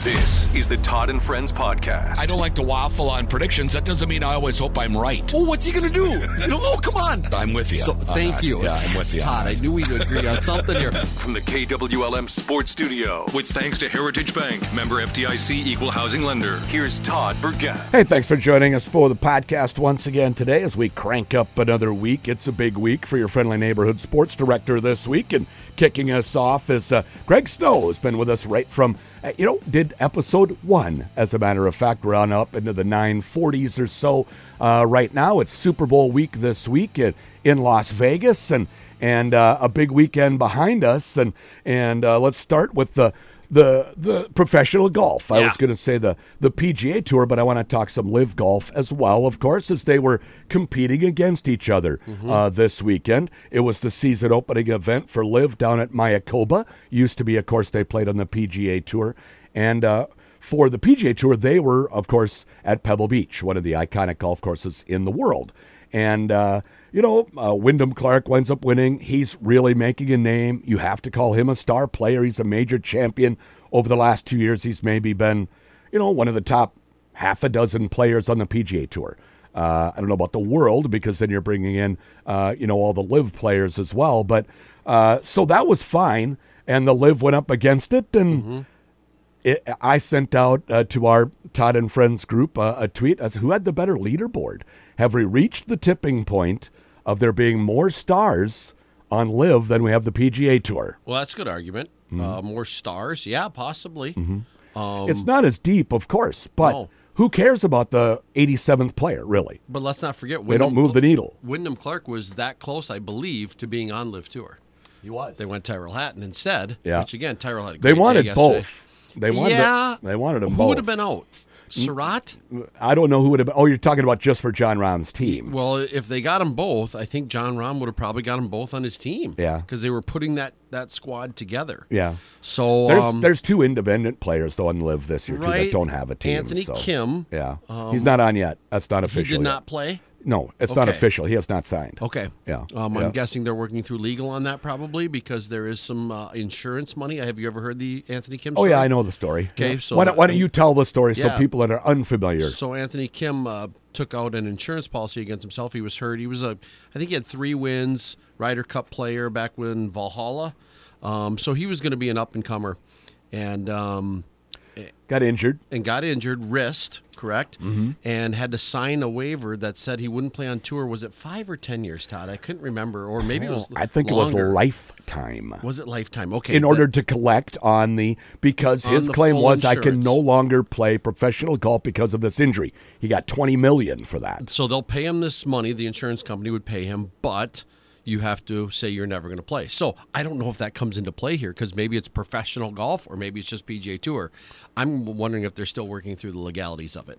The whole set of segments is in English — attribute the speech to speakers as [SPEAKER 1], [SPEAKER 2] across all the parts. [SPEAKER 1] This is the Todd and Friends podcast.
[SPEAKER 2] I don't like to waffle on predictions. That doesn't mean I always hope I'm right.
[SPEAKER 3] Oh, what's he going to do? oh, come on.
[SPEAKER 2] I'm with you.
[SPEAKER 3] So,
[SPEAKER 2] on
[SPEAKER 4] Uh,
[SPEAKER 3] thank
[SPEAKER 2] that.
[SPEAKER 3] you.
[SPEAKER 2] Yeah, I'm with you. on
[SPEAKER 3] Todd, I
[SPEAKER 2] that.
[SPEAKER 3] knew we'd agree on something here.
[SPEAKER 1] From the KWLM Sports Studio, with thanks to Heritage Bank, member FDIC equal housing lender. Here's Todd Burgett.
[SPEAKER 4] Hey, thanks for joining us for the podcast once again today as we crank up another week. It's a big week for your friendly neighborhood sports director this week. And kicking us off is uh, Greg Snow, who's been with us right from, uh, you know, did episode one, as a matter of fact. We're on up into the 940s or so uh, right now. It's Super Bowl week this week in, in Las Vegas and, and uh, a big weekend behind us. And, and uh, let's start with the the the professional golf. I was going to say the the PGA Tour, but I want to talk some live golf as well, of course, as they were competing against each other uh, this weekend. It was the season opening event for live down at Mayakoba. Used to be, of course, they played on the PGA Tour, and. Uh, for the PGA Tour, they were, of course, at Pebble Beach, one of the iconic golf courses in the world. And, uh, you know, uh, Wyndham Clark winds up winning. He's really making a name. You have to call him a star player. He's a major champion. Over the last two years, he's maybe been, you know, one of the top half a dozen players on the PGA Tour. Uh, I don't know about the world because then you're bringing in, uh, you know, all the live players as well. But uh, so that was fine. And the live went up against it. And it, I sent out uh, to our Todd and Friends group uh, a tweet as who had the better leaderboard. Have we reached the tipping point of there being more stars on Live than we have the PGA Tour?
[SPEAKER 5] Well, that's a good argument.
[SPEAKER 4] Mm-hmm.
[SPEAKER 5] Uh, more stars, yeah, possibly.
[SPEAKER 4] it's not as deep, of course, but
[SPEAKER 5] Um, No.
[SPEAKER 4] who cares about the 87th player, really?
[SPEAKER 5] But let's not forget Wyndham
[SPEAKER 4] They don't move the needle.
[SPEAKER 5] Wyndham Clark was that close, I believe, to being on Live Tour.
[SPEAKER 4] He was.
[SPEAKER 5] They went Tyrell Hatton instead.
[SPEAKER 4] Yeah.
[SPEAKER 5] Which again, Tyrell had. A
[SPEAKER 4] They
[SPEAKER 5] great day
[SPEAKER 4] wanted
[SPEAKER 5] yesterday.
[SPEAKER 4] both. They wanted.
[SPEAKER 5] yeah.
[SPEAKER 4] They wanted them
[SPEAKER 5] Who
[SPEAKER 4] both. Mm.
[SPEAKER 5] would have been out? Surratt.
[SPEAKER 4] I don't know who would have. Been. Oh, you're talking about just for John Rahm's team.
[SPEAKER 5] Well, if they got them both, I think John Rahm would have probably got them both on his team.
[SPEAKER 4] Yeah.
[SPEAKER 5] Because they were putting that that squad together.
[SPEAKER 4] Yeah.
[SPEAKER 5] So
[SPEAKER 4] There's
[SPEAKER 5] um,
[SPEAKER 4] there's two independent players though on Live this year too
[SPEAKER 5] right,
[SPEAKER 4] that don't have a team.
[SPEAKER 5] Anthony
[SPEAKER 4] so-
[SPEAKER 5] Kim.
[SPEAKER 4] Yeah, he's not on yet. That's not
[SPEAKER 5] Um, he
[SPEAKER 4] official.
[SPEAKER 5] did
[SPEAKER 4] yet.
[SPEAKER 5] not play.
[SPEAKER 4] No, it's not
[SPEAKER 5] Okay.
[SPEAKER 4] official. He has not signed.
[SPEAKER 5] Okay.
[SPEAKER 4] Yeah.
[SPEAKER 5] Um,
[SPEAKER 4] Yeah.
[SPEAKER 5] I'm guessing they're working through legal on that probably because there is some uh, insurance money. Have you ever heard the Anthony Kim?
[SPEAKER 4] Oh
[SPEAKER 5] story?
[SPEAKER 4] yeah, I know the story.
[SPEAKER 5] Okay,
[SPEAKER 4] Yeah.
[SPEAKER 5] so
[SPEAKER 4] why don't, why don't
[SPEAKER 5] that-
[SPEAKER 4] you tell the story so
[SPEAKER 5] Yeah.
[SPEAKER 4] people that are unfamiliar?
[SPEAKER 5] So Anthony Kim uh, took out an insurance policy against himself. He was hurt. He was a, I think he had three wins, Ryder Cup player back when Valhalla. Um, so he was going to be an up and comer, and um,
[SPEAKER 4] Got injured.
[SPEAKER 5] and got injured wrist, correct,
[SPEAKER 4] Mm-hmm.
[SPEAKER 5] and had to sign a waiver that said he wouldn't play on tour. Was it five or ten years, Todd? I couldn't remember, or maybe it was.
[SPEAKER 4] Oh, I think it
[SPEAKER 5] longer.
[SPEAKER 4] was lifetime.
[SPEAKER 5] Was it lifetime? Okay.
[SPEAKER 4] in
[SPEAKER 5] that-
[SPEAKER 4] order to collect on the because
[SPEAKER 5] On
[SPEAKER 4] his
[SPEAKER 5] the
[SPEAKER 4] claim
[SPEAKER 5] full
[SPEAKER 4] was I can
[SPEAKER 5] insurance.
[SPEAKER 4] no longer play professional golf because of this injury. He got 20 million for that.
[SPEAKER 5] So they'll pay him this money. The insurance company would pay him, but you have to say you're never going to play. So I don't know if that comes into play here because maybe it's professional golf or maybe it's just PGA Tour. I'm wondering if they're still working through the legalities of it.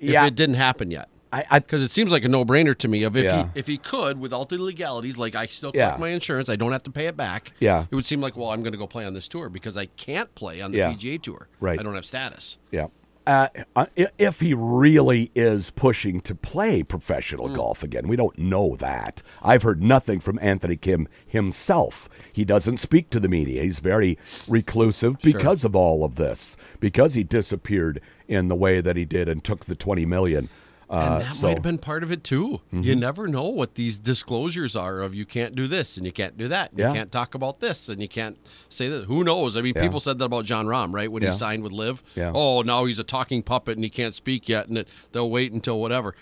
[SPEAKER 4] Yeah.
[SPEAKER 5] If it didn't happen yet.
[SPEAKER 4] I, I
[SPEAKER 5] Because it seems like a no-brainer to me. Of if
[SPEAKER 4] Yeah.
[SPEAKER 5] he if he could, without the legalities, like I still
[SPEAKER 4] Yeah.
[SPEAKER 5] collect my insurance, I don't have to pay it back.
[SPEAKER 4] Yeah.
[SPEAKER 5] it would seem like well, I'm going to go play on this tour because I can't play on the
[SPEAKER 4] Yeah.
[SPEAKER 5] PGA tour.
[SPEAKER 4] Right.
[SPEAKER 5] I don't have status.
[SPEAKER 4] Yeah. Uh, uh, i- if he really is pushing to play professional
[SPEAKER 5] Mm.
[SPEAKER 4] golf again, we don't know that. I've heard nothing from Anthony Kim himself. He doesn't speak to the media. He's very reclusive because of all of this, because he disappeared in the way that he did and took the twenty million. Uh, so-
[SPEAKER 5] And that
[SPEAKER 4] Mm-hmm.
[SPEAKER 5] might have been part of it too. You never know what these disclosures are of you can't do this and you can't do that. And
[SPEAKER 4] Yeah.
[SPEAKER 5] You can't talk about this and you can't say that. Who knows? I mean, people said that about John Rahm, right? When
[SPEAKER 4] Yeah.
[SPEAKER 5] he signed with Live.
[SPEAKER 4] Yeah.
[SPEAKER 5] Oh, now he's a talking puppet and he can't speak yet and it, they'll wait until whatever.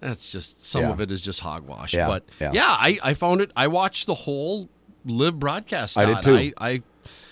[SPEAKER 5] That's just some
[SPEAKER 4] Yeah.
[SPEAKER 5] of it is just hogwash.
[SPEAKER 4] Yeah.
[SPEAKER 5] But
[SPEAKER 4] Yeah.
[SPEAKER 5] yeah, I, I found it. I watched the whole Live broadcast.
[SPEAKER 4] I did
[SPEAKER 5] Todd.
[SPEAKER 4] too.
[SPEAKER 5] I, I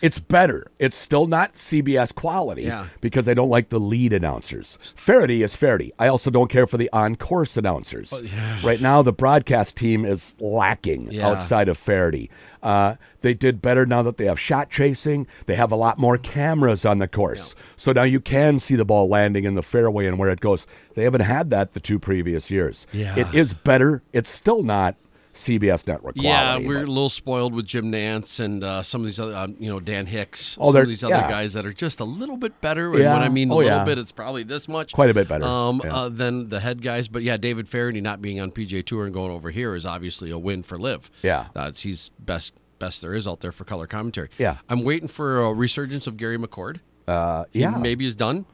[SPEAKER 4] It's better. It's still not CBS quality
[SPEAKER 5] Yeah.
[SPEAKER 4] because I don't like the lead announcers. Faraday is Faraday. I also don't care for the on-course announcers.
[SPEAKER 5] Oh,
[SPEAKER 4] Right now, the broadcast team is lacking
[SPEAKER 5] Yeah.
[SPEAKER 4] outside of Faraday. Uh, they did better now that they have shot chasing. They have a lot more cameras on the course, so now you can see the ball landing in the fairway and where it goes. They haven't had that the two previous years.
[SPEAKER 5] Yeah.
[SPEAKER 4] It is better. It's still not CBS network quality.
[SPEAKER 5] Yeah, we're
[SPEAKER 4] but-
[SPEAKER 5] a little spoiled with Jim Nance and uh, some of these other, um, you know, Dan Hicks.
[SPEAKER 4] Oh,
[SPEAKER 5] some
[SPEAKER 4] they're-
[SPEAKER 5] of these other
[SPEAKER 4] yeah.
[SPEAKER 5] guys that are just a little bit better. And
[SPEAKER 4] Yeah.
[SPEAKER 5] when I mean a
[SPEAKER 4] Oh,
[SPEAKER 5] little
[SPEAKER 4] yeah.
[SPEAKER 5] bit, it's probably this much.
[SPEAKER 4] Quite a bit better.
[SPEAKER 5] Um,
[SPEAKER 4] Yeah.
[SPEAKER 5] uh, than the head guys. But yeah, David Faraday not being on PJ Tour and going over here is obviously a win for Liv.
[SPEAKER 4] Yeah.
[SPEAKER 5] Uh, he's best best there is out there for color commentary.
[SPEAKER 4] Yeah.
[SPEAKER 5] I'm waiting for a resurgence of Gary McCord.
[SPEAKER 4] Uh, yeah.
[SPEAKER 5] maybe he's done.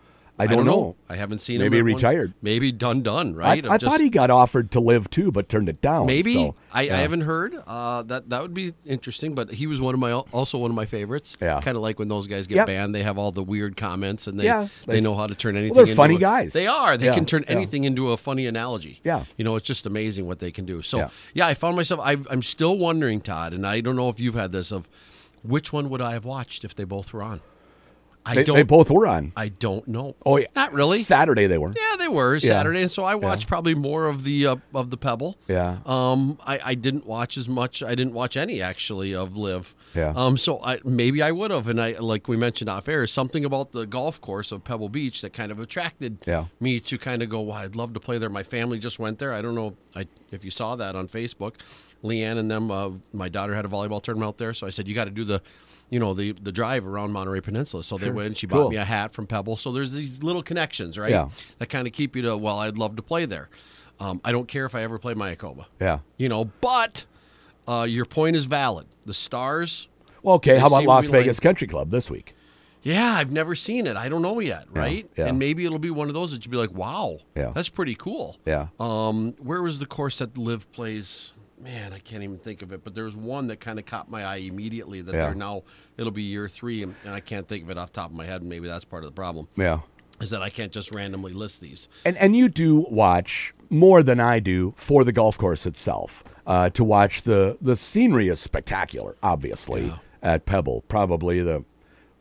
[SPEAKER 4] I don't know.
[SPEAKER 5] I haven't seen him.
[SPEAKER 4] Maybe
[SPEAKER 5] at
[SPEAKER 4] he
[SPEAKER 5] one-
[SPEAKER 4] retired.
[SPEAKER 5] Maybe done. Done.
[SPEAKER 4] I,
[SPEAKER 5] Right.
[SPEAKER 4] I
[SPEAKER 5] I'm
[SPEAKER 4] thought
[SPEAKER 5] just-
[SPEAKER 4] he got offered to live too, but turned it down.
[SPEAKER 5] Maybe
[SPEAKER 4] so,
[SPEAKER 5] I,
[SPEAKER 4] yeah.
[SPEAKER 5] I haven't heard. Uh, that that would be interesting. But he was one of my also one of my favorites.
[SPEAKER 4] Yeah.
[SPEAKER 5] Kind of like when those guys get
[SPEAKER 4] Yep.
[SPEAKER 5] banned, they have all the weird comments and they
[SPEAKER 4] Yeah,
[SPEAKER 5] they,
[SPEAKER 4] they-
[SPEAKER 5] know how to turn
[SPEAKER 4] Well,
[SPEAKER 5] anything.
[SPEAKER 4] they're
[SPEAKER 5] into
[SPEAKER 4] funny
[SPEAKER 5] a-
[SPEAKER 4] guys.
[SPEAKER 5] They are. They
[SPEAKER 4] Yeah,
[SPEAKER 5] can turn
[SPEAKER 4] yeah.
[SPEAKER 5] anything into a funny analogy.
[SPEAKER 4] Yeah.
[SPEAKER 5] You know, it's just amazing what they can do. So
[SPEAKER 4] Yeah.
[SPEAKER 5] yeah, I found myself. I, I'm still wondering, Todd, and I don't know if you've had this of which one would I have watched if they both were on. I
[SPEAKER 4] They,
[SPEAKER 5] don't.
[SPEAKER 4] they both were on.
[SPEAKER 5] I don't know.
[SPEAKER 4] Oh, yeah.
[SPEAKER 5] Not really.
[SPEAKER 4] Saturday they were.
[SPEAKER 5] Yeah, they were Saturday, and so I watched probably more of the uh, of the Pebble.
[SPEAKER 4] Yeah.
[SPEAKER 5] Um, I, I didn't watch as much. I didn't watch any actually of Live.
[SPEAKER 4] Yeah.
[SPEAKER 5] Um, so I maybe I would have, and I like we mentioned off air, something about the golf course of Pebble Beach that kind of attracted
[SPEAKER 4] Yeah.
[SPEAKER 5] me to kind of go. Well, I'd love to play there. My family just went there. I don't know if, I, if you saw that on Facebook. Leanne and them, uh, my daughter had a volleyball tournament out there, so I said you got to do the. You know the the drive around Monterey Peninsula, so they went. She bought
[SPEAKER 4] Cool.
[SPEAKER 5] me a hat from Pebble, so there's these little connections, right?
[SPEAKER 4] Yeah.
[SPEAKER 5] that kind of keep you to well i'd love to play there um, i don't care if i ever play mayakoba
[SPEAKER 4] Yeah.
[SPEAKER 5] you know but uh, your point is valid the stars
[SPEAKER 4] Well, okay.
[SPEAKER 5] They
[SPEAKER 4] How about
[SPEAKER 5] seem
[SPEAKER 4] Las
[SPEAKER 5] to be
[SPEAKER 4] Vegas
[SPEAKER 5] like-
[SPEAKER 4] Country Club this week?
[SPEAKER 5] yeah i've never seen it i don't know yet right
[SPEAKER 4] yeah.
[SPEAKER 5] and maybe it'll be one of those that you'd be like wow
[SPEAKER 4] Yeah.
[SPEAKER 5] that's pretty cool
[SPEAKER 4] Yeah.
[SPEAKER 5] um, where was the course that live plays man i can't even think of it but there was one that kind of caught my eye immediately that
[SPEAKER 4] Yeah.
[SPEAKER 5] they're now it'll be year three and, and i can't think of it off the top of my head and maybe that's part of the problem
[SPEAKER 4] Yeah.
[SPEAKER 5] is that i can't just randomly list these
[SPEAKER 4] And and you do watch more than I do for the golf course itself. Uh, to watch the the scenery is spectacular. Obviously at Pebble, probably the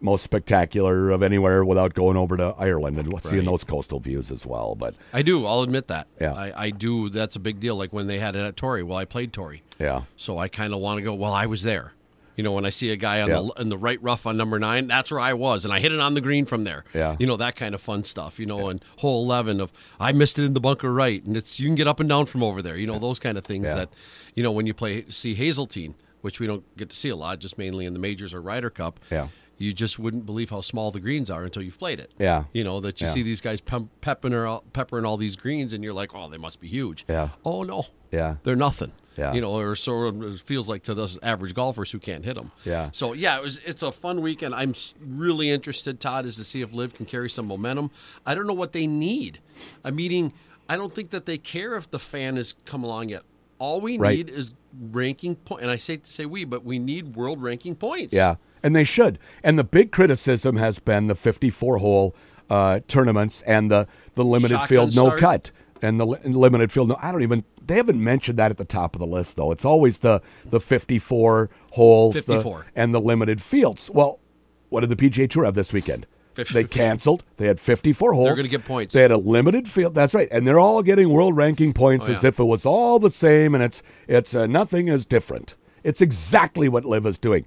[SPEAKER 4] most spectacular of anywhere without going over to Ireland and seeing those coastal views as well. But
[SPEAKER 5] I do. I'll admit that.
[SPEAKER 4] Yeah.
[SPEAKER 5] I, I do. That's a big deal. Like when they had it at Torrey. Well, I played Torrey.
[SPEAKER 4] yeah,
[SPEAKER 5] So I kind of want to go. Well, I was there. You know, when I see a guy on
[SPEAKER 4] Yeah.
[SPEAKER 5] the in the right rough on number nine, that's where I was, and I hit it on the green from there.
[SPEAKER 4] Yeah.
[SPEAKER 5] You know that kind of fun stuff. You know, and hole eleven of I missed it in the bunker right, and it's you can get up and down from over there. You know those kind of things
[SPEAKER 4] Yeah.
[SPEAKER 5] that, you know, when you play see Hazeltine, which we don't get to see a lot, just mainly in the majors or Ryder Cup.
[SPEAKER 4] Yeah.
[SPEAKER 5] You just wouldn't believe how small the greens are until you've played it.
[SPEAKER 4] Yeah.
[SPEAKER 5] You know that you
[SPEAKER 4] Yeah.
[SPEAKER 5] see these guys pem- peppering, all, peppering all these greens, and you're like, oh, they must be huge.
[SPEAKER 4] Yeah.
[SPEAKER 5] Oh no.
[SPEAKER 4] Yeah.
[SPEAKER 5] They're nothing.
[SPEAKER 4] Yeah.
[SPEAKER 5] You know, or so it feels like to those average golfers who can't hit them.
[SPEAKER 4] Yeah.
[SPEAKER 5] So yeah, it was it's a fun weekend. I'm s- really interested, Todd, is to see if Liv can carry some momentum. I don't know what they need. I meaning, I don't think that they care if the fan has come along yet. All we
[SPEAKER 4] Right.
[SPEAKER 5] need is ranking point, and I say say we, but we need world ranking points.
[SPEAKER 4] yeah, and they should. And the big criticism has been the 54 hole uh, tournaments and the the limited
[SPEAKER 5] Shotgun
[SPEAKER 4] field no
[SPEAKER 5] start.
[SPEAKER 4] cut. and the li- limited field. No, I don't even. They haven't mentioned that at the top of the list though. It's always the the fifty four holes, the-
[SPEAKER 5] 54.
[SPEAKER 4] and the limited fields. Well, what did the PGA Tour have this weekend? They canceled. They had fifty four holes.
[SPEAKER 5] gonna get points.
[SPEAKER 4] They had a limited field. That's right, and they're all getting world ranking points
[SPEAKER 5] Oh,
[SPEAKER 4] as
[SPEAKER 5] yeah.
[SPEAKER 4] if it was all the same, and it's it's uh, nothing is different. It's exactly what Liv is doing.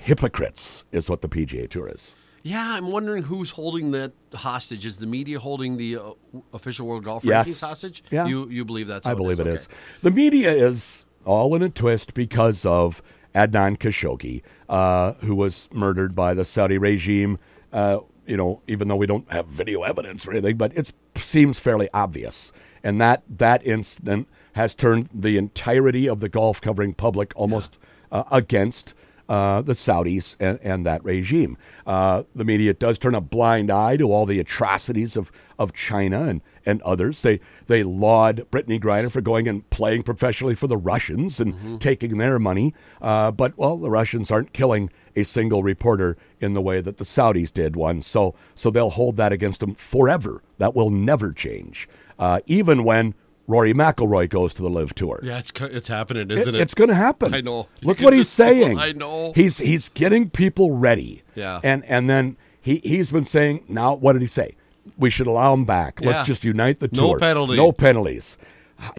[SPEAKER 4] Hypocrites is what the PGA Tour is.
[SPEAKER 5] Yeah, I'm wondering who's holding that hostage. Is the media holding the uh, official world golf
[SPEAKER 4] Yes.
[SPEAKER 5] rankings hostage?
[SPEAKER 4] Yeah.
[SPEAKER 5] You you believe that's?
[SPEAKER 4] I
[SPEAKER 5] how
[SPEAKER 4] believe it
[SPEAKER 5] Okay.
[SPEAKER 4] is. The media is all in a twist because of Adnan Khashoggi, uh, who was murdered by the Saudi regime. Uh, you know, even though we don't have video evidence or anything, but it seems fairly obvious. And that that incident has turned the entirety of the golf covering public almost uh, against uh, the Saudis and, and that regime. Uh, the media does turn a blind eye to all the atrocities of, of China and, and others. They they laud Brittany Griner for going and playing professionally for the Russians and taking their money. Uh, but well, the Russians aren't killing a single reporter in the way that the Saudis did one. So so they'll hold that against them forever. That will never change. Uh, even when Rory McIlroy goes to the Live Tour.
[SPEAKER 5] Yeah, it's co- it's happening,
[SPEAKER 4] It-
[SPEAKER 5] isn't it?
[SPEAKER 4] It's going to happen.
[SPEAKER 5] I know.
[SPEAKER 4] Look
[SPEAKER 5] You
[SPEAKER 4] what he's
[SPEAKER 5] just-
[SPEAKER 4] saying.
[SPEAKER 5] I know.
[SPEAKER 4] He's he's getting people ready.
[SPEAKER 5] Yeah.
[SPEAKER 4] And and then he he's been saying now what did he say? We should allow him back.
[SPEAKER 5] Yeah.
[SPEAKER 4] Let's just unite the
[SPEAKER 5] No
[SPEAKER 4] tour.
[SPEAKER 5] penalty.
[SPEAKER 4] No penalties.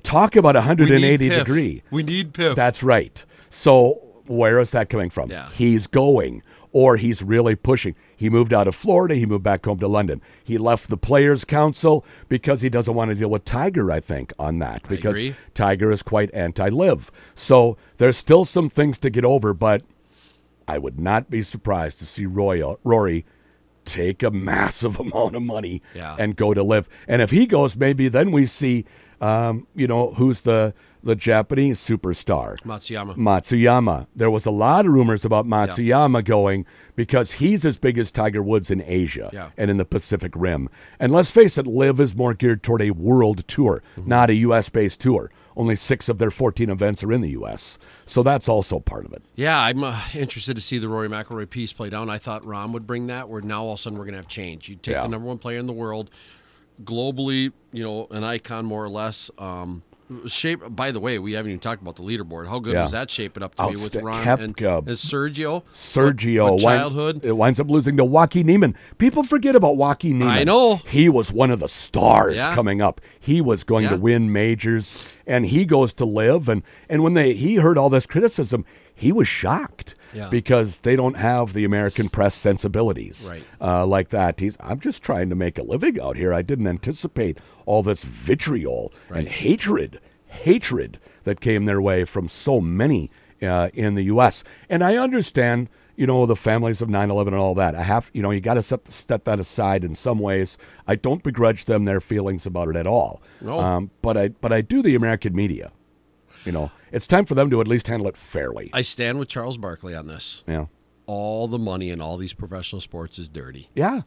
[SPEAKER 4] Talk about a
[SPEAKER 5] We need
[SPEAKER 4] 180
[SPEAKER 5] Piff.
[SPEAKER 4] degree.
[SPEAKER 5] We need piff.
[SPEAKER 4] That's right. So where is that coming from?
[SPEAKER 5] Yeah.
[SPEAKER 4] He's going, or he's really pushing. He moved out of Florida. He moved back home to London. He left the Players Council because he doesn't want to deal with Tiger. I think on that because
[SPEAKER 5] agree.
[SPEAKER 4] Tiger is quite anti-live. So there's still some things to get over, but I would not be surprised to see Roy, Rory take a massive amount of money
[SPEAKER 5] Yeah.
[SPEAKER 4] and go to live. And if he goes, maybe then we see Um, you know, who's the the Japanese superstar?
[SPEAKER 5] Matsuyama.
[SPEAKER 4] Matsuyama. There was a lot of rumors about Matsuyama going because he's as big as Tiger Woods in Asia
[SPEAKER 5] Yeah.
[SPEAKER 4] and in the Pacific Rim. And let's face it, Live is more geared toward a world tour, not a U.S. based tour. Only six of their 14 events are in the U.S., so that's also part of it.
[SPEAKER 5] Yeah, I'm uh, interested to see the Rory McIlroy piece play down. I thought Rom would bring that. Where now all of a sudden we're going to have change. You take
[SPEAKER 4] Yeah.
[SPEAKER 5] the number one player in the world, globally, you know, an icon more or less. Um, shape. By the way, we haven't even talked about the leaderboard. How good
[SPEAKER 4] Yeah.
[SPEAKER 5] was that shaping up to be with
[SPEAKER 4] Outsta-
[SPEAKER 5] Ron and,
[SPEAKER 4] Koepka.
[SPEAKER 5] and Sergio?
[SPEAKER 4] Sergio,
[SPEAKER 5] What- what
[SPEAKER 4] wind-
[SPEAKER 5] childhood.
[SPEAKER 4] it winds up losing to Joaquin Neiman. People forget about Joaquin Neiman.
[SPEAKER 5] I know.
[SPEAKER 4] he was one of the stars
[SPEAKER 5] Yeah.
[SPEAKER 4] coming up. He was going to
[SPEAKER 5] Yeah.
[SPEAKER 4] win majors, and he goes to live. and And when they he heard all this criticism, he was shocked
[SPEAKER 5] Yeah.
[SPEAKER 4] because they don't have the American press sensibilities
[SPEAKER 5] Right.
[SPEAKER 4] uh, like that. He's I'm just trying to make a living out here. I didn't anticipate all this vitriol and hatred, hatred that came their way from so many uh, in the U.S. And I understand, you know, the families of 9/11 and all that. I have, you know, you got to step, step that aside in some ways. I don't begrudge them their feelings about it at all. Um,
[SPEAKER 5] No.
[SPEAKER 4] but I but I do the American media. You know, it's time for them to at least handle it fairly.
[SPEAKER 5] I stand with Charles Barkley on this.
[SPEAKER 4] yeah.
[SPEAKER 5] All the money in all these professional sports is dirty.
[SPEAKER 4] Yeah.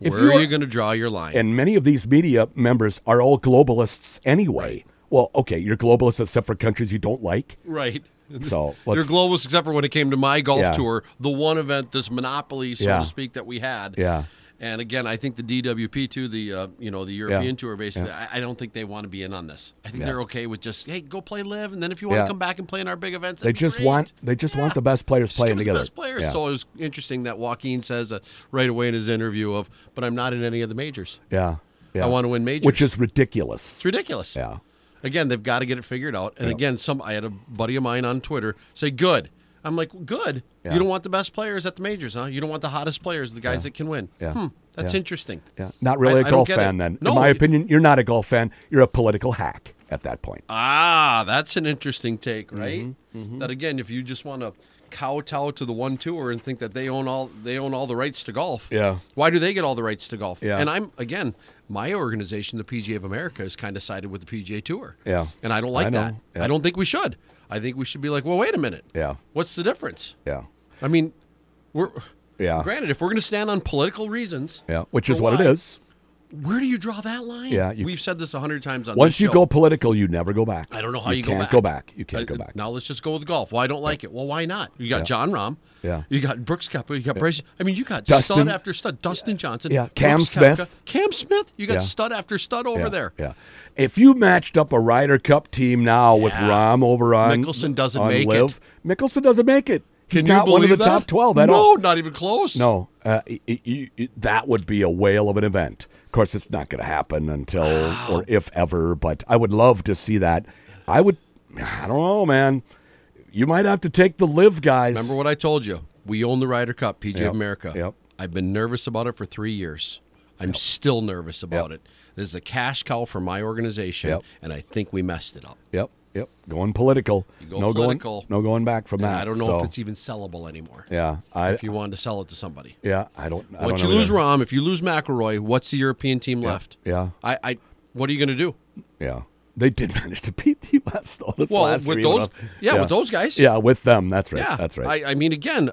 [SPEAKER 4] If
[SPEAKER 5] Where
[SPEAKER 4] you're-
[SPEAKER 5] are you going to draw your line?
[SPEAKER 4] and many of these media members are all globalists anyway. Well, okay, you're globalists except for countries you don't like.
[SPEAKER 5] right.
[SPEAKER 4] So
[SPEAKER 5] They're
[SPEAKER 4] let's,
[SPEAKER 5] global, except for when it came to my golf
[SPEAKER 4] Yeah.
[SPEAKER 5] tour, the one event, this monopoly, so
[SPEAKER 4] Yeah.
[SPEAKER 5] to speak, that we had.
[SPEAKER 4] Yeah.
[SPEAKER 5] And again, I think the DWP too, the uh, you know the European tour basically. I, I don't think they want to be in on this. I think they're okay with just hey, go play live, and then if you want to
[SPEAKER 4] Yeah.
[SPEAKER 5] come back and play in our big events,
[SPEAKER 4] they
[SPEAKER 5] that'd be
[SPEAKER 4] just
[SPEAKER 5] great.
[SPEAKER 4] want they just want the best players
[SPEAKER 5] Just
[SPEAKER 4] playing
[SPEAKER 5] give us
[SPEAKER 4] together.
[SPEAKER 5] the best players.
[SPEAKER 4] Yeah.
[SPEAKER 5] So it was interesting that Joaquin says uh, right away in his interview of, but I'm not in any of the majors.
[SPEAKER 4] yeah. yeah.
[SPEAKER 5] I wanna win
[SPEAKER 4] Which
[SPEAKER 5] majors.
[SPEAKER 4] is ridiculous.
[SPEAKER 5] It's ridiculous.
[SPEAKER 4] Yeah.
[SPEAKER 5] Again, they've got to get it figured out. And again, some I had a buddy of mine on Twitter say, "Good." I'm like, "Good."
[SPEAKER 4] Yeah.
[SPEAKER 5] You don't want the best players at the majors, huh? You don't want the hottest players, the guys that can win.
[SPEAKER 4] Yeah.
[SPEAKER 5] Hmm, that's
[SPEAKER 4] Yeah.
[SPEAKER 5] interesting.
[SPEAKER 4] Yeah. Not really a
[SPEAKER 5] I- I don't
[SPEAKER 4] golf
[SPEAKER 5] get it.
[SPEAKER 4] fan then.
[SPEAKER 5] No.
[SPEAKER 4] In my opinion, you're not a golf fan. You're a political hack at that point.
[SPEAKER 5] Ah, that's an interesting take, right?
[SPEAKER 4] Mm-hmm,
[SPEAKER 5] That again, if you just want to kowtow to the one tour and think that they own all they own all the rights to golf.
[SPEAKER 4] Yeah.
[SPEAKER 5] Why do they get all the rights to golf?
[SPEAKER 4] Yeah.
[SPEAKER 5] And I'm again, my organization, the PGA of America, is kind of sided with the PGA Tour.
[SPEAKER 4] Yeah.
[SPEAKER 5] And I don't like
[SPEAKER 4] I know.
[SPEAKER 5] that.
[SPEAKER 4] Yeah.
[SPEAKER 5] I don't think we should. I think we should be like, well, wait a minute.
[SPEAKER 4] Yeah.
[SPEAKER 5] What's the difference?
[SPEAKER 4] Yeah.
[SPEAKER 5] I mean, we're
[SPEAKER 4] Yeah.
[SPEAKER 5] Granted, if we're going to stand on political reasons,
[SPEAKER 4] Yeah. Which is
[SPEAKER 5] for
[SPEAKER 4] what it
[SPEAKER 5] why,
[SPEAKER 4] is.
[SPEAKER 5] Where do you draw that line?
[SPEAKER 4] Yeah, you-
[SPEAKER 5] We've said this a hundred times on
[SPEAKER 4] Once
[SPEAKER 5] this
[SPEAKER 4] you
[SPEAKER 5] show.
[SPEAKER 4] go political, you never go back.
[SPEAKER 5] I don't know how you,
[SPEAKER 4] can't
[SPEAKER 5] go back.
[SPEAKER 4] back. You can't
[SPEAKER 5] Uh,
[SPEAKER 4] go back.
[SPEAKER 5] Now let's just go with golf. Well, I don't like it. Well, why not? You got John Rahm.
[SPEAKER 4] Yeah.
[SPEAKER 5] You got Brooks Koepka. You got Bryce. I mean, you got
[SPEAKER 4] Dustin-
[SPEAKER 5] stud after stud. Dustin Johnson.
[SPEAKER 4] Yeah. Cam
[SPEAKER 5] Brooks
[SPEAKER 4] Smith.
[SPEAKER 5] Koepka. Cam Smith. You got
[SPEAKER 4] Yeah.
[SPEAKER 5] stud after stud over
[SPEAKER 4] yeah.
[SPEAKER 5] there.
[SPEAKER 4] Yeah. If you matched up a Ryder Cup team now with
[SPEAKER 5] Yeah.
[SPEAKER 4] Rom over on
[SPEAKER 5] Mickelson doesn't
[SPEAKER 4] on
[SPEAKER 5] make
[SPEAKER 4] Liv, Mickelson doesn't make it. He's
[SPEAKER 5] Can you
[SPEAKER 4] not one of the
[SPEAKER 5] believe that?
[SPEAKER 4] top twelve at
[SPEAKER 5] no,
[SPEAKER 4] all.
[SPEAKER 5] not even close.
[SPEAKER 4] No, uh, y- y- y- y- that would be a whale of an event. Of course, it's not going to happen until or if ever. But I would love to see that. I would. I don't know, man. You might have to take the live guys.
[SPEAKER 5] Remember what I told you? We own the Ryder Cup, PJ
[SPEAKER 4] Yep,
[SPEAKER 5] of America.
[SPEAKER 4] yep.
[SPEAKER 5] I've been nervous about it for three years. I'm still nervous about it. This is a cash cow for my organization,
[SPEAKER 4] Yep.
[SPEAKER 5] and I think we messed it up.
[SPEAKER 4] Yep, yep. Going political.
[SPEAKER 5] go
[SPEAKER 4] no
[SPEAKER 5] political.
[SPEAKER 4] going. No going back from that.
[SPEAKER 5] I don't know
[SPEAKER 4] Ah, so,
[SPEAKER 5] if it's even sellable anymore.
[SPEAKER 4] Yeah, I.
[SPEAKER 5] If you wanted to sell it to somebody.
[SPEAKER 4] Yeah, I don't. I
[SPEAKER 5] Once you
[SPEAKER 4] don't know
[SPEAKER 5] lose
[SPEAKER 4] either.
[SPEAKER 5] Rom, if you lose McElroy, what's the European team left?
[SPEAKER 4] yeah.
[SPEAKER 5] I, I what are you going to do?
[SPEAKER 4] Yeah. They did manage to beat the U.S. though. This
[SPEAKER 5] Well,
[SPEAKER 4] last
[SPEAKER 5] with
[SPEAKER 4] three in a
[SPEAKER 5] those-
[SPEAKER 4] row.
[SPEAKER 5] yeah, with those guys.
[SPEAKER 4] Yeah, with them. That's right.
[SPEAKER 5] Yeah,
[SPEAKER 4] that's right.
[SPEAKER 5] I, I mean, again,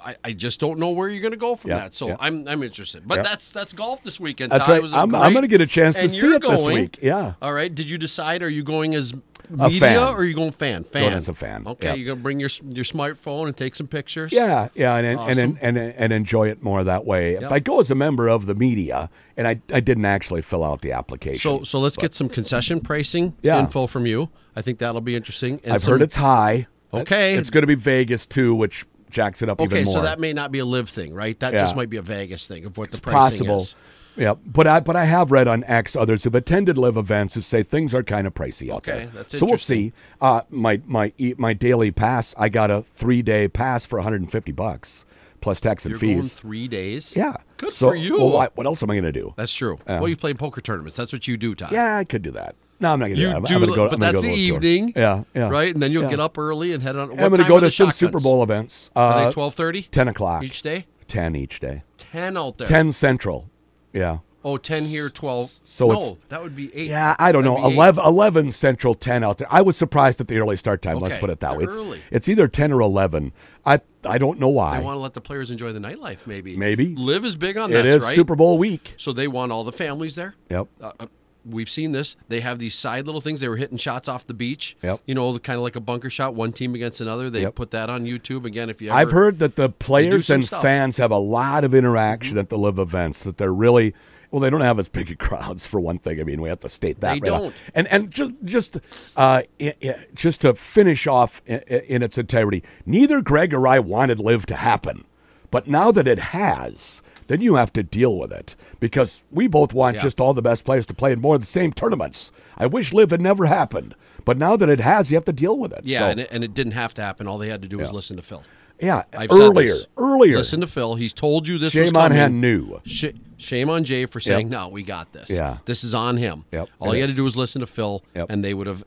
[SPEAKER 5] I, I just don't know where you're going to go from
[SPEAKER 4] Yeah,
[SPEAKER 5] that. So
[SPEAKER 4] yeah.
[SPEAKER 5] I'm I'm interested. But
[SPEAKER 4] Yeah.
[SPEAKER 5] that's that's golf this weekend.
[SPEAKER 4] That's
[SPEAKER 5] Todd. It
[SPEAKER 4] right.
[SPEAKER 5] was a
[SPEAKER 4] I'm- I'm
[SPEAKER 5] great-
[SPEAKER 4] gonna get a chance to
[SPEAKER 5] and
[SPEAKER 4] see
[SPEAKER 5] you're
[SPEAKER 4] it this
[SPEAKER 5] going.
[SPEAKER 4] week. Yeah.
[SPEAKER 5] All right. Did you decide? Are you going as
[SPEAKER 4] A
[SPEAKER 5] media
[SPEAKER 4] fan.
[SPEAKER 5] or are you going fan? Fan.
[SPEAKER 4] as a fan,
[SPEAKER 5] Okay.
[SPEAKER 4] yeah.
[SPEAKER 5] You're going to bring your s- your smartphone and take some pictures.
[SPEAKER 4] Yeah, yeah, and and,
[SPEAKER 5] Awesome.
[SPEAKER 4] and and and enjoy it more that way. If
[SPEAKER 5] Yep.
[SPEAKER 4] I go as a member of the media, and I I didn't actually fill out the application.
[SPEAKER 5] So so let's get some concession pricing
[SPEAKER 4] Yeah.
[SPEAKER 5] info from you. I think that'll be interesting. And
[SPEAKER 4] I've
[SPEAKER 5] some-
[SPEAKER 4] heard it's high.
[SPEAKER 5] Okay.
[SPEAKER 4] it's going to be Vegas too, which jacks it up
[SPEAKER 5] Okay,
[SPEAKER 4] even more.
[SPEAKER 5] so that may not be a live thing, right? That
[SPEAKER 4] Yeah.
[SPEAKER 5] just might be a Vegas thing of what the pricing
[SPEAKER 4] possible.
[SPEAKER 5] is.
[SPEAKER 4] Yeah, but I but I have read on X others who've attended live events who say things are kind of pricey out
[SPEAKER 5] Okay,
[SPEAKER 4] there.
[SPEAKER 5] that's
[SPEAKER 4] so we'll
[SPEAKER 5] interesting.
[SPEAKER 4] see. Uh, my my e- my daily pass, I got a three day pass for 150 bucks plus tax and
[SPEAKER 5] You're going
[SPEAKER 4] fees.
[SPEAKER 5] three days.
[SPEAKER 4] yeah,
[SPEAKER 5] good
[SPEAKER 4] So,
[SPEAKER 5] for you.
[SPEAKER 4] Well, why- what else am I going to do?
[SPEAKER 5] That's true. well, you play poker tournaments. That's what you do, Todd.
[SPEAKER 4] Yeah, I could do that. No, I'm not going to
[SPEAKER 5] you
[SPEAKER 4] do that. I'm,
[SPEAKER 5] do.
[SPEAKER 4] I'm gonna go,
[SPEAKER 5] but
[SPEAKER 4] I'm gonna
[SPEAKER 5] that's
[SPEAKER 4] go to
[SPEAKER 5] the
[SPEAKER 4] live tour.
[SPEAKER 5] evening.
[SPEAKER 4] Yeah, yeah.
[SPEAKER 5] Right, and then you'll
[SPEAKER 4] Yeah.
[SPEAKER 5] get up early and head on.
[SPEAKER 4] I'm
[SPEAKER 5] going to
[SPEAKER 4] go to some Super Bowl events. Uh,
[SPEAKER 5] Are they twelve thirty?
[SPEAKER 4] 10 o'clock.
[SPEAKER 5] each day?
[SPEAKER 4] Ten each day.
[SPEAKER 5] Ten out there.
[SPEAKER 4] Ten central. Yeah.
[SPEAKER 5] Oh, 10 here, 12.
[SPEAKER 4] So
[SPEAKER 5] no,
[SPEAKER 4] it's-
[SPEAKER 5] that would be 8.
[SPEAKER 4] Yeah, I don't
[SPEAKER 5] That'd
[SPEAKER 4] know.
[SPEAKER 5] be eight.
[SPEAKER 4] 11, 11 Central, 10 out there. I was surprised at the early start time. Let's
[SPEAKER 5] Okay,
[SPEAKER 4] put it that
[SPEAKER 5] they're
[SPEAKER 4] way. It's,
[SPEAKER 5] early.
[SPEAKER 4] it's either 10 or 11. I I don't know
[SPEAKER 5] They
[SPEAKER 4] why.
[SPEAKER 5] want to let the players enjoy the nightlife, maybe.
[SPEAKER 4] Maybe.
[SPEAKER 5] Live is big on
[SPEAKER 4] it
[SPEAKER 5] this,
[SPEAKER 4] is
[SPEAKER 5] right?
[SPEAKER 4] Super Bowl week.
[SPEAKER 5] So they want all the families there.
[SPEAKER 4] Yep.
[SPEAKER 5] Uh, uh, we've seen this. They have these side little things. They were hitting shots off the beach.
[SPEAKER 4] Yep.
[SPEAKER 5] You know, kind of like a bunker shot, one team against another. They
[SPEAKER 4] Yep.
[SPEAKER 5] put that on YouTube again. If you, ever,
[SPEAKER 4] I've heard that the players
[SPEAKER 5] some
[SPEAKER 4] and
[SPEAKER 5] stuff. Mm-hmm.
[SPEAKER 4] fans have a lot of interaction at the live events. That they're really well. They don't have as big a crowds for one thing. I mean, we have to state that.
[SPEAKER 5] They
[SPEAKER 4] right off.
[SPEAKER 5] don't.
[SPEAKER 4] And and just just uh, i- i- just to finish off in, in its entirety, neither Greg or I wanted live to happen, but now that it has. Then you have to deal with it because we both want
[SPEAKER 5] Yeah.
[SPEAKER 4] just all the best players to play in more of the same tournaments. I wish Live had never happened, but now that it has, you have to deal with it.
[SPEAKER 5] Yeah,
[SPEAKER 4] So-
[SPEAKER 5] and, it, and it didn't have to happen. All they had to do was listen to Phil.
[SPEAKER 4] yeah.
[SPEAKER 5] I've said
[SPEAKER 4] earlier,
[SPEAKER 5] this.
[SPEAKER 4] earlier.
[SPEAKER 5] Listen to Phil. He's told you this.
[SPEAKER 4] Jay
[SPEAKER 5] was
[SPEAKER 4] Monahan
[SPEAKER 5] coming.
[SPEAKER 4] knew.
[SPEAKER 5] Sh- shame on Jay for saying no. We got this.
[SPEAKER 4] Yeah.
[SPEAKER 5] this is on him.
[SPEAKER 4] Yep,
[SPEAKER 5] All
[SPEAKER 4] it
[SPEAKER 5] he had
[SPEAKER 4] is.
[SPEAKER 5] to do was listen to Phil,
[SPEAKER 4] Yep.
[SPEAKER 5] and they would have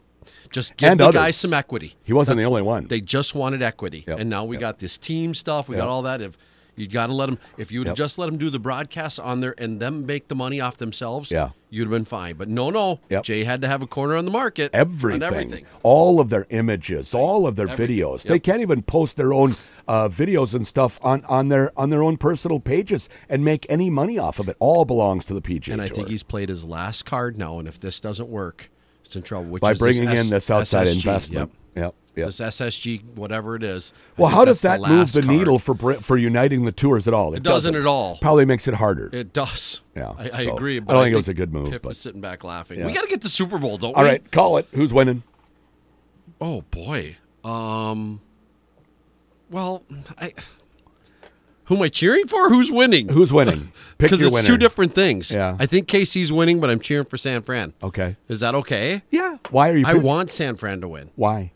[SPEAKER 5] just give
[SPEAKER 4] And
[SPEAKER 5] the
[SPEAKER 4] others.
[SPEAKER 5] guys some equity.
[SPEAKER 4] He wasn't the only one.
[SPEAKER 5] They just wanted equity,
[SPEAKER 4] Yep,
[SPEAKER 5] and now we got this team stuff. We
[SPEAKER 4] Yep.
[SPEAKER 5] got all that. If you got to let them, if you would have
[SPEAKER 4] Yep.
[SPEAKER 5] just let them do the broadcasts on there and them make the money off themselves,
[SPEAKER 4] Yeah.
[SPEAKER 5] you'd have been fine. But no, no,
[SPEAKER 4] Yep.
[SPEAKER 5] Jay had to have a corner on the market. on
[SPEAKER 4] everything,
[SPEAKER 5] everything.
[SPEAKER 4] all of their images, all of their
[SPEAKER 5] Everything,
[SPEAKER 4] videos.
[SPEAKER 5] yep.
[SPEAKER 4] They can't even post their own uh, videos and stuff on, on their on their own personal pages and make any money off of it. All belongs to the PGA
[SPEAKER 5] And I
[SPEAKER 4] Tour.
[SPEAKER 5] think he's played his last card now, and if this doesn't work, it's in trouble. Which
[SPEAKER 4] by
[SPEAKER 5] is
[SPEAKER 4] bringing
[SPEAKER 5] S-
[SPEAKER 4] in this outside
[SPEAKER 5] SSG,
[SPEAKER 4] investment.
[SPEAKER 5] Yep.
[SPEAKER 4] Yep. Yep.
[SPEAKER 5] This SSG, whatever it is. I
[SPEAKER 4] well,
[SPEAKER 5] think
[SPEAKER 4] how does
[SPEAKER 5] that's
[SPEAKER 4] that
[SPEAKER 5] the
[SPEAKER 4] move
[SPEAKER 5] last
[SPEAKER 4] the
[SPEAKER 5] card.
[SPEAKER 4] needle for Brit- for uniting the tours at all? It,
[SPEAKER 5] doesn't at all.
[SPEAKER 4] Probably makes it harder.
[SPEAKER 5] It does.
[SPEAKER 4] Yeah,
[SPEAKER 5] I, I
[SPEAKER 4] so
[SPEAKER 5] agree.
[SPEAKER 4] I
[SPEAKER 5] But
[SPEAKER 4] don't think it was a good move,
[SPEAKER 5] Piff
[SPEAKER 4] but-
[SPEAKER 5] is sitting back laughing.
[SPEAKER 4] Yeah.
[SPEAKER 5] We got to get the Super Bowl, don't
[SPEAKER 4] all
[SPEAKER 5] we?
[SPEAKER 4] right, call it. Who's winning?
[SPEAKER 5] Oh boy. Um. Well, I. Who am I cheering for? Who's winning?
[SPEAKER 4] Who's winning? Pick
[SPEAKER 5] Because
[SPEAKER 4] your
[SPEAKER 5] it's
[SPEAKER 4] winner.
[SPEAKER 5] two different things.
[SPEAKER 4] Yeah.
[SPEAKER 5] I think KC's winning, but I'm cheering for San Fran.
[SPEAKER 4] Okay.
[SPEAKER 5] Is that okay?
[SPEAKER 4] Yeah. Why are you?
[SPEAKER 5] I
[SPEAKER 4] pick-
[SPEAKER 5] want San Fran to win.
[SPEAKER 4] Why?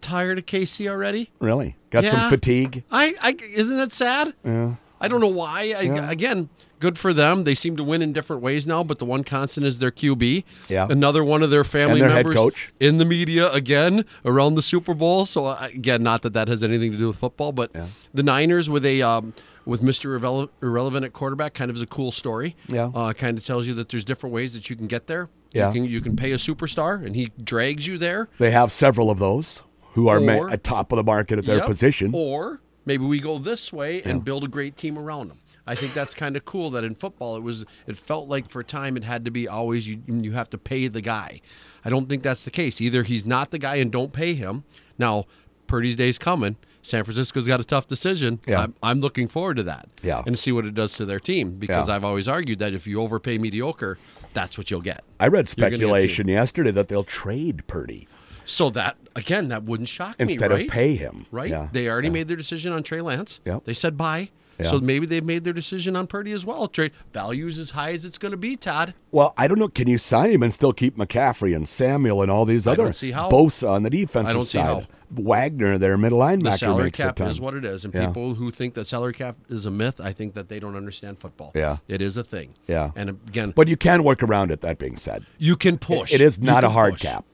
[SPEAKER 5] Tired of KC already?
[SPEAKER 4] Really? Got
[SPEAKER 5] Yeah.
[SPEAKER 4] some fatigue.
[SPEAKER 5] I, I isn't it sad? Yeah. I don't know why. I, Again, good for them. They seem to win in different ways now, but the one constant is their QB.
[SPEAKER 4] Yeah.
[SPEAKER 5] Another one of their family
[SPEAKER 4] And their head
[SPEAKER 5] members
[SPEAKER 4] coach.
[SPEAKER 5] in the media again around the Super Bowl. So I- again, not that that has anything to do with football, but the Niners with a um, with Mr. Irrele- Irrelevant at quarterback kind of is a cool story.
[SPEAKER 4] Yeah.
[SPEAKER 5] Uh, kind of tells you that there's different ways that you can get there.
[SPEAKER 4] Yeah.
[SPEAKER 5] You can, you can pay a superstar, and he drags you there.
[SPEAKER 4] They have several of those who are ma-
[SPEAKER 5] Or-
[SPEAKER 4] at top of the market at their
[SPEAKER 5] Yep.
[SPEAKER 4] position.
[SPEAKER 5] Or maybe we go this way and build a great team around them. I think that's kind of cool that in football it was it felt like for a time it had to be always you you have to pay the guy. I don't think that's the case. Either he's not the guy and don't pay him. Now Purdy's day's coming. San Francisco's got a tough decision.
[SPEAKER 4] Yeah.
[SPEAKER 5] I'm, I'm looking forward to that.
[SPEAKER 4] Yeah.
[SPEAKER 5] And see what it does to their team because
[SPEAKER 4] Yeah.
[SPEAKER 5] I've always argued that if you overpay mediocre, that's what you'll get.
[SPEAKER 4] I read
[SPEAKER 5] You're gonna get
[SPEAKER 4] speculation yesterday that they'll trade Purdy.
[SPEAKER 5] So that again, that wouldn't shock me.
[SPEAKER 4] Instead of
[SPEAKER 5] right?
[SPEAKER 4] pay him.
[SPEAKER 5] right?
[SPEAKER 4] Yeah.
[SPEAKER 5] They already made their decision on Trey Lance.
[SPEAKER 4] Yep.
[SPEAKER 5] They said bye.
[SPEAKER 4] Yeah.
[SPEAKER 5] So maybe they've made their decision on Purdy as well. Trade values as high as it's going to be. Todd,
[SPEAKER 4] Well, I don't know. Can you sign him and still keep McCaffrey and Samuel and all these other
[SPEAKER 5] don't see how.
[SPEAKER 4] Bosa on the defensive
[SPEAKER 5] I don't see
[SPEAKER 4] side?
[SPEAKER 5] how.
[SPEAKER 4] Wagner, their middle
[SPEAKER 5] the
[SPEAKER 4] linebacker,
[SPEAKER 5] salary
[SPEAKER 4] makes a
[SPEAKER 5] cap
[SPEAKER 4] ton.
[SPEAKER 5] is what it is, and
[SPEAKER 4] Yeah.
[SPEAKER 5] people who think that salary cap is a myth, I think that they don't understand football.
[SPEAKER 4] Yeah.
[SPEAKER 5] it is a thing.
[SPEAKER 4] Yeah.
[SPEAKER 5] and again,
[SPEAKER 4] But you can work around it. That being said,
[SPEAKER 5] you can push.
[SPEAKER 4] it is
[SPEAKER 5] You
[SPEAKER 4] not a
[SPEAKER 5] can
[SPEAKER 4] hard
[SPEAKER 5] push.
[SPEAKER 4] cap.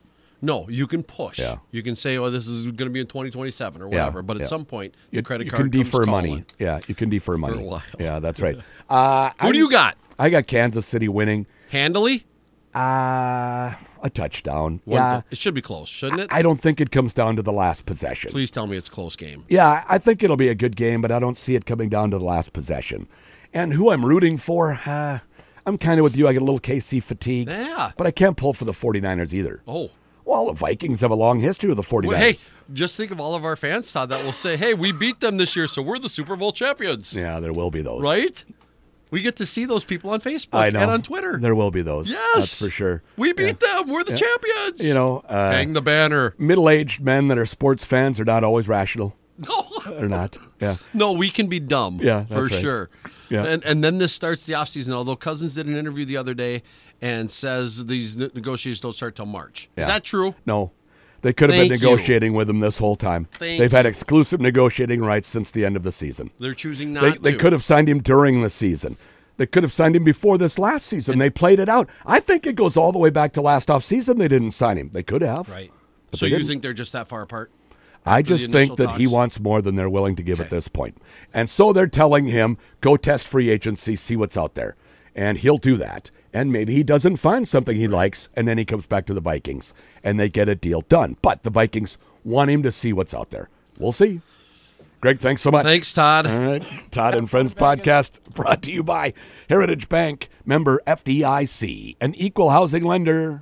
[SPEAKER 5] No, you can push.
[SPEAKER 4] Yeah.
[SPEAKER 5] You can say, "Oh, this is going to be in 2027 or whatever," but at
[SPEAKER 4] yeah.
[SPEAKER 5] some point, the
[SPEAKER 4] you,
[SPEAKER 5] credit
[SPEAKER 4] you
[SPEAKER 5] card
[SPEAKER 4] can
[SPEAKER 5] comes
[SPEAKER 4] defer money.
[SPEAKER 5] calling.
[SPEAKER 4] Yeah, you can defer money
[SPEAKER 5] while.
[SPEAKER 4] Yeah, that's right. Uh,
[SPEAKER 5] Who do you got?
[SPEAKER 4] I got Kansas City winning
[SPEAKER 5] Handily,
[SPEAKER 4] uh, a touchdown.
[SPEAKER 5] One
[SPEAKER 4] yeah,
[SPEAKER 5] th- it should be close, shouldn't it?
[SPEAKER 4] I don't think it comes down to the last possession.
[SPEAKER 5] Please tell me it's a close game.
[SPEAKER 4] Yeah, I think it'll be a good game, but I don't see it coming down to the last possession. And who I'm rooting for, uh, I'm kind of with you. I get a little KC fatigue.
[SPEAKER 5] Yeah.
[SPEAKER 4] But I can't pull for the 49ers either.
[SPEAKER 5] Oh.
[SPEAKER 4] Well, the Vikings have a long history with the 49ers.
[SPEAKER 5] Well, hey, just think of all of our fans, Todd, that will say, hey, we beat them this year, so we're the Super Bowl champions,
[SPEAKER 4] Yeah, there will be those.
[SPEAKER 5] right? We get to see those people on Facebook
[SPEAKER 4] I know.
[SPEAKER 5] and on Twitter.
[SPEAKER 4] There will be those.
[SPEAKER 5] yes.
[SPEAKER 4] That's for sure.
[SPEAKER 5] We beat them. We're the champions.
[SPEAKER 4] You know, uh,
[SPEAKER 5] Hang the banner.
[SPEAKER 4] middle aged men that are sports fans are not always rational.
[SPEAKER 5] No.
[SPEAKER 4] They're not. Yeah.
[SPEAKER 5] No, we can be dumb.
[SPEAKER 4] Yeah,
[SPEAKER 5] for
[SPEAKER 4] that's right.
[SPEAKER 5] sure.
[SPEAKER 4] Yeah.
[SPEAKER 5] And and then this starts the offseason, although Cousins did an interview the other day and says these ne- negotiations don't start till March.
[SPEAKER 4] Yeah.
[SPEAKER 5] Is that true?
[SPEAKER 4] No. They could have been
[SPEAKER 5] Thank you.
[SPEAKER 4] negotiating with them this whole time.
[SPEAKER 5] Thank
[SPEAKER 4] They've had exclusive negotiating rights since the end of the season.
[SPEAKER 5] They're choosing not
[SPEAKER 4] They, they
[SPEAKER 5] to.
[SPEAKER 4] could have signed him during the season. They could have signed him before this last season. they played it out. I think it goes all the way back to last offseason. They didn't sign him. They could have.
[SPEAKER 5] Right.
[SPEAKER 4] But
[SPEAKER 5] so
[SPEAKER 4] they
[SPEAKER 5] you
[SPEAKER 4] didn't.
[SPEAKER 5] think they're just that far apart?
[SPEAKER 4] I
[SPEAKER 5] the
[SPEAKER 4] just think
[SPEAKER 5] initial
[SPEAKER 4] that he
[SPEAKER 5] talks?
[SPEAKER 4] wants more than they're willing to give at
[SPEAKER 5] Okay.
[SPEAKER 4] this point. And so they're telling him, go test free agency, see what's out there. and he'll do that. And maybe he doesn't find something he likes, and then he comes back to the Vikings and they get a deal done. But the Vikings want him to see what's out there. We'll see. Greg, thanks so much.
[SPEAKER 5] Thanks, Todd.
[SPEAKER 4] All right. Todd and Friends podcast brought to you by Heritage Bank, member FDIC, an equal housing lender.